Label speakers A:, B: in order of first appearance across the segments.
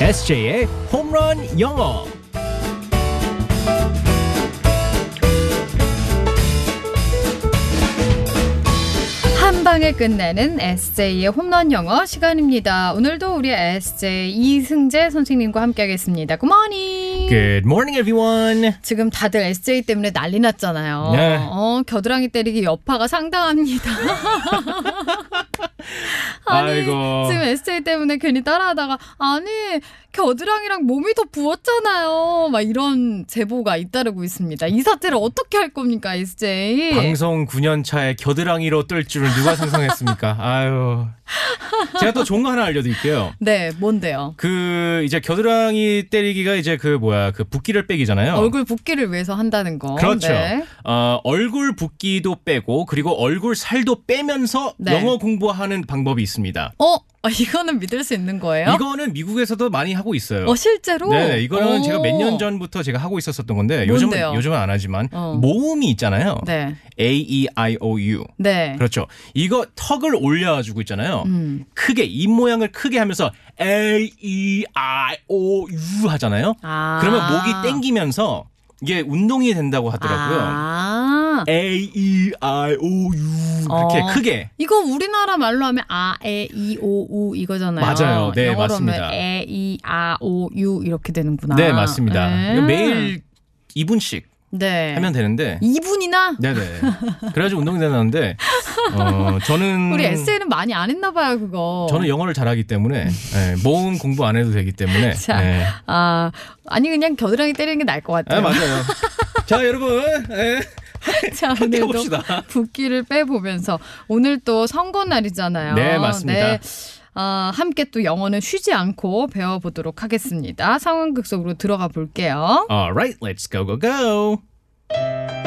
A: SJ의 홈런 영어.
B: 한 방에 끝내는 SJ의 홈런 영어 시간입니다. 오늘도 우리 SJ 이승재 선생님과 함께하겠습니다. 굿모닝.
A: Good morning, everyone.
B: 지금 다들 SJ 때문에 난리 났잖아요.
A: 네.
B: 어, 겨드랑이 때리기 여파가 상당합니다. 아니,
A: 아이고.
B: 지금 SJ 때문에 괜히 따라하다가 아니, 겨드랑이랑 몸이 더 부었잖아요. 막 이런 제보가 잇따르고 있습니다. 이 사태를 어떻게 할 겁니까, SJ?
A: 방송 9년 차에 겨드랑이로 뜰 줄을 누가 상상했습니까? 아유. 제가 또 좋은 거 하나 알려드릴게요.
B: 네, 뭔데요?
A: 그 이제 겨드랑이 때리기가 이제 그 뭐야 그 붓기를 빼기잖아요.
B: 얼굴 붓기를 위해서 한다는 거.
A: 그렇죠.
B: 네.
A: 어, 얼굴 붓기도 빼고 그리고 얼굴 살도 빼면서
B: 네.
A: 영어 공부하는 방법이 있습니다.
B: 어, 아, 이거는 믿을 수 있는 거예요?
A: 이거는 미국에서도 많이 하고 있어요.
B: 어, 실제로?
A: 네, 이거는
B: 오.
A: 제가 몇 년 전부터 제가 하고 있었었던 건데 요즘은
B: 뭔데요?
A: 요즘은 안 하지만
B: 어.
A: 모음이 있잖아요.
B: 네.
A: A E I O U.
B: 네.
A: 그렇죠. 이거 턱을 올려주고 있잖아요.
B: 음.
A: 크게 입 모양을 크게 하면서 L E I O U 하잖아요.
B: 아.
A: 그러면 목이 땡기면서 이게 운동이 된다고 하더라고요.
B: 아.
A: A E I O U 그렇게
B: 어.
A: 크게
B: 이거 우리나라 말로 하면 아, 에, 이, 오, 우 이거잖아요.
A: 맞아요. 네,
B: 영어로
A: 맞습니다.
B: 하면 에, 이, 아, 오, 유 이렇게 되는구나.
A: 네 맞습니다.
B: 네.
A: 매일 2분씩
B: 네.
A: 하면 음. 되는데
B: 2분이나?
A: 네네. 그래가지고 운동이 되는데 어, 저는
B: 우리 에세이는 많이 안 했나 봐요, 그거.
A: 저는 영어를 잘하기 때문에 예, 모음 공부 안 해도 되기 때문에
B: 자.
A: 예.
B: 아, 아니 그냥 겨드랑이 때리는 게 나을 것
A: 아,
B: 같아요.
A: 맞아요. 자 여러분 예,
B: 자, 오늘도
A: 해봅시다.
B: 붓기를 빼보면서 오늘 또 선거 날이잖아요.
A: 네, 맞습니다.
B: 네. 아, 함께 또 영어는 쉬지 않고 배워보도록 하겠습니다. 상황극 속으로 들어가 볼게요.
A: Alright, let's go go go.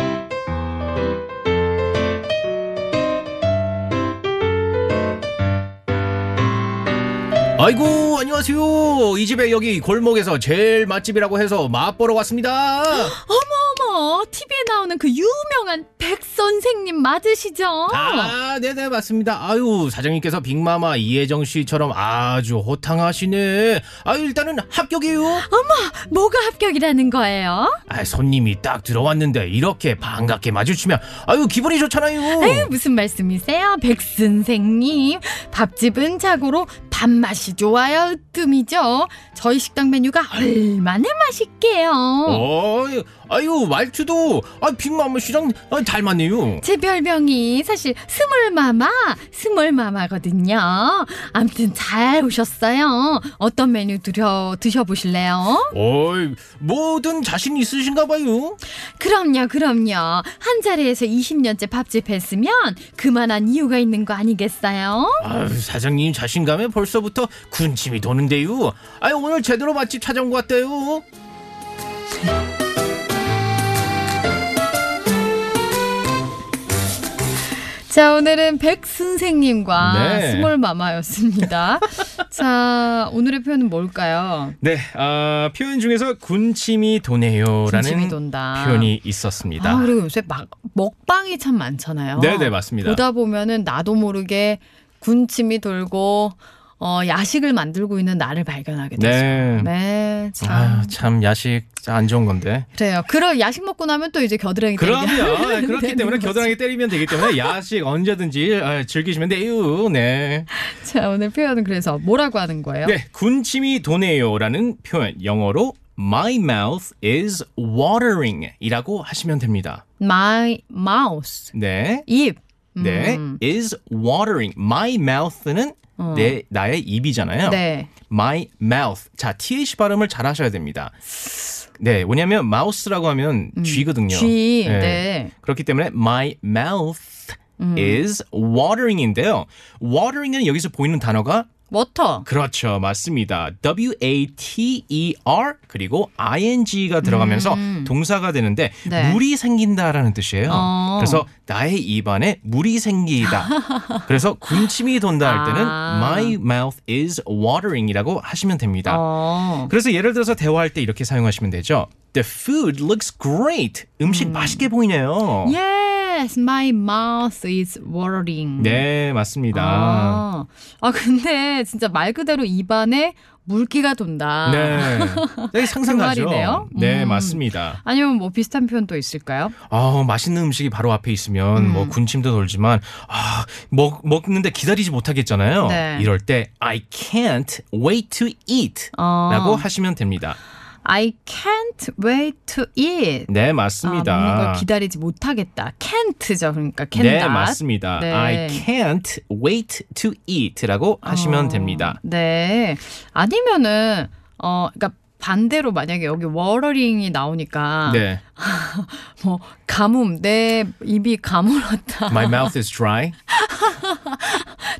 A: 아이고 안녕하세요. 이 집에 여기 골목에서 제일 맛집이라고 해서 맛보러 왔습니다.
B: 어머, TV에 나오는 그 유명한 백 선생님 맞으시죠?
A: 아, 네네, 맞습니다. 아유, 사장님께서 빅마마 이혜정 씨처럼 아주 호탕하시네. 아유, 일단은 합격이에요.
B: 뭐가 합격이라는 거예요?
A: 아, 손님이 딱 들어왔는데 이렇게 반갑게 마주치면 아유, 기분이 좋잖아요.
B: 에휴, 무슨 말씀이세요? 백 선생님. 밥집은 자고로 밥맛이 좋아요. 으뜸이죠. 저희 식당 메뉴가 얼마나 맛있게요.
A: 어, 아유, 말투도 아, 빅마마 씨랑 아, 닮았네요.
B: 제 별명이 사실 스몰마마, 스몰마마거든요. 아무튼 잘 오셨어요. 어떤 메뉴 드려, 드셔보실래요?
A: 어이, 뭐든 자신 있으신가 봐요.
B: 그럼요, 그럼요. 한 자리에서 20년째 밥집 했으면 그만한 이유가 있는 거 아니겠어요?
A: 아유, 사장님 자신감에 벌써부터 군침이 도는데요. 아유, 오늘 제대로 맛집 찾아온 것 같아요.
B: 자, 오늘은 백 선생님과
A: 네.
B: 스몰마마였습니다. 자, 오늘의 표현은 뭘까요?
A: 네, 아, 표현 중에서 군침이
B: 군침이
A: 도네요라는
B: 돈다.
A: 표현이 있었습니다.
B: 아, 그리고 요새 막 먹방이 참 많잖아요.
A: 네네 맞습니다.
B: 보다 보면은 나도 모르게 군침이 돌고 어, 야식을 만들고 있는 나를 발견하게 되죠.
A: 네.
B: 네, 참
A: 아, 참 야식 진짜 안 좋은 건데.
B: 그래요. 그런 야식 먹고 나면 또 이제 겨드랑이 때리게
A: 아, 그럼요. 그렇기
B: 되는
A: 때문에
B: 거지.
A: 겨드랑이 때리면 되기 때문에 야식 언제든지 아, 즐기시면 돼요. 네.
B: 자 오늘 표현은 그래서 뭐라고 하는 거예요?
A: 네, 군침이 도네요라는 표현 영어로 my mouth is watering이라고 하시면 됩니다.
B: My mouth
A: 네.
B: 입. 음,
A: 네, is watering. My mouth는
B: 어.
A: 내 나의 입이잖아요.
B: 네.
A: my mouth. 자, th 발음을 잘 하셔야 됩니다. 네, 왜냐면 마우스라고 하면 쥐거든요.
B: G.
A: 네.
B: 네.
A: 그렇기 때문에 my mouth is watering인데요. watering은 여기서 보이는 단어가
B: 워터.
A: 그렇죠. 맞습니다. W A T E R 그리고 ing가 들어가면서 동사가 되는데
B: 음. 네.
A: 물이 생긴다라는 뜻이에요.
B: 어.
A: 그래서 나의 입안에 물이 생기다. 그래서 군침이 돈다 할 때는
B: 아.
A: my mouth is watering이라고 하시면 됩니다.
B: 어.
A: 그래서 예를 들어서 대화할 때 이렇게 사용하시면 되죠. The food looks great. 음식 맛있게 보이네요.
B: 음. 예. Yes, my mouth is watering.
A: 네, 맞습니다.
B: 아, 아 근데 진짜 말 그대로 입안에 물기가 돈다.
A: 네. 네, 상상
B: 그
A: 가죠.
B: 말이네요?
A: 네,
B: 음.
A: 맞습니다.
B: 아니면 뭐 비슷한 표현 또 있을까요?
A: 아, 맛있는 음식이 바로 앞에 있으면
B: 음.
A: 뭐 군침도 돌지만 아, 먹 먹는데 기다리지 못하겠잖아요.
B: 네.
A: 이럴 때 I can't wait to eat
B: 어,
A: 라고 하시면 됩니다.
B: I can't wait to eat.
A: 네,
B: 아, 먹는
A: 맞습니다.
B: 걸 기다리지 못하겠다. can't죠. 그러니까 can
A: 네,
B: not.
A: 맞습니다.
B: 네.
A: I can't wait to eat라고 하시면
B: 어,
A: 됩니다.
B: 네. 아니면은 어 그러니까 반대로 만약에 여기 워러링이 나오니까
A: 네.
B: 뭐 가뭄 내 입이 가물었다.
A: My mouth is dry.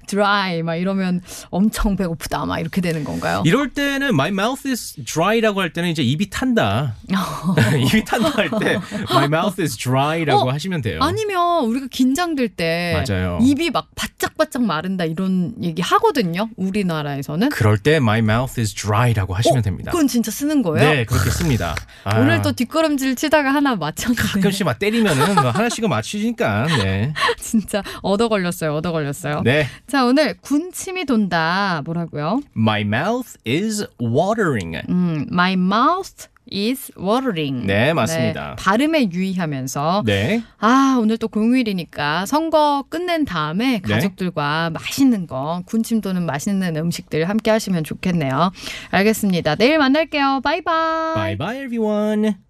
B: dry 막 이러면 엄청 배고프다 막 이렇게 되는 건가요?
A: 이럴 때는 my mouth is dry라고 할 때는 이제 입이 탄다. 입이 탄다 할 때 my mouth is dry라고
B: 어,
A: 하시면 돼요.
B: 아니면 우리가 긴장될 때
A: 맞아요.
B: 입이 막 바짝바짝 마른다 이런 얘기 하거든요. 우리나라에서는 어,
A: 그럴 때 my mouth is dry라고 하시면 됩니다.
B: 그건 진짜 쓰는 거예요.
A: 네, 그렇게 씁니다. 아,
B: 오늘 또 뒷걸음질 치다가 하나 맞췄는데
A: 가끔씩 막 때리면은 뭐 하나씩은 맞추니까. 네.
B: 진짜 얻어 걸렸어요. 얻어 걸렸어요.
A: 네.
B: 자 오늘 군침이 돈다 뭐라고요?
A: My mouth is watering.
B: 음, my mouth is watering.
A: 네, 맞습니다.
B: 발음에 유의하면서
A: 네.
B: 아 오늘 또 공휴일이니까 선거 끝낸
A: 네.
B: 다음에 가족들과 맛있는 거 군침 도는 맛있는 음식들 함께 하시면 좋겠네요. 알겠습니다. 내일 만날게요. 바이바이.
A: Bye bye everyone.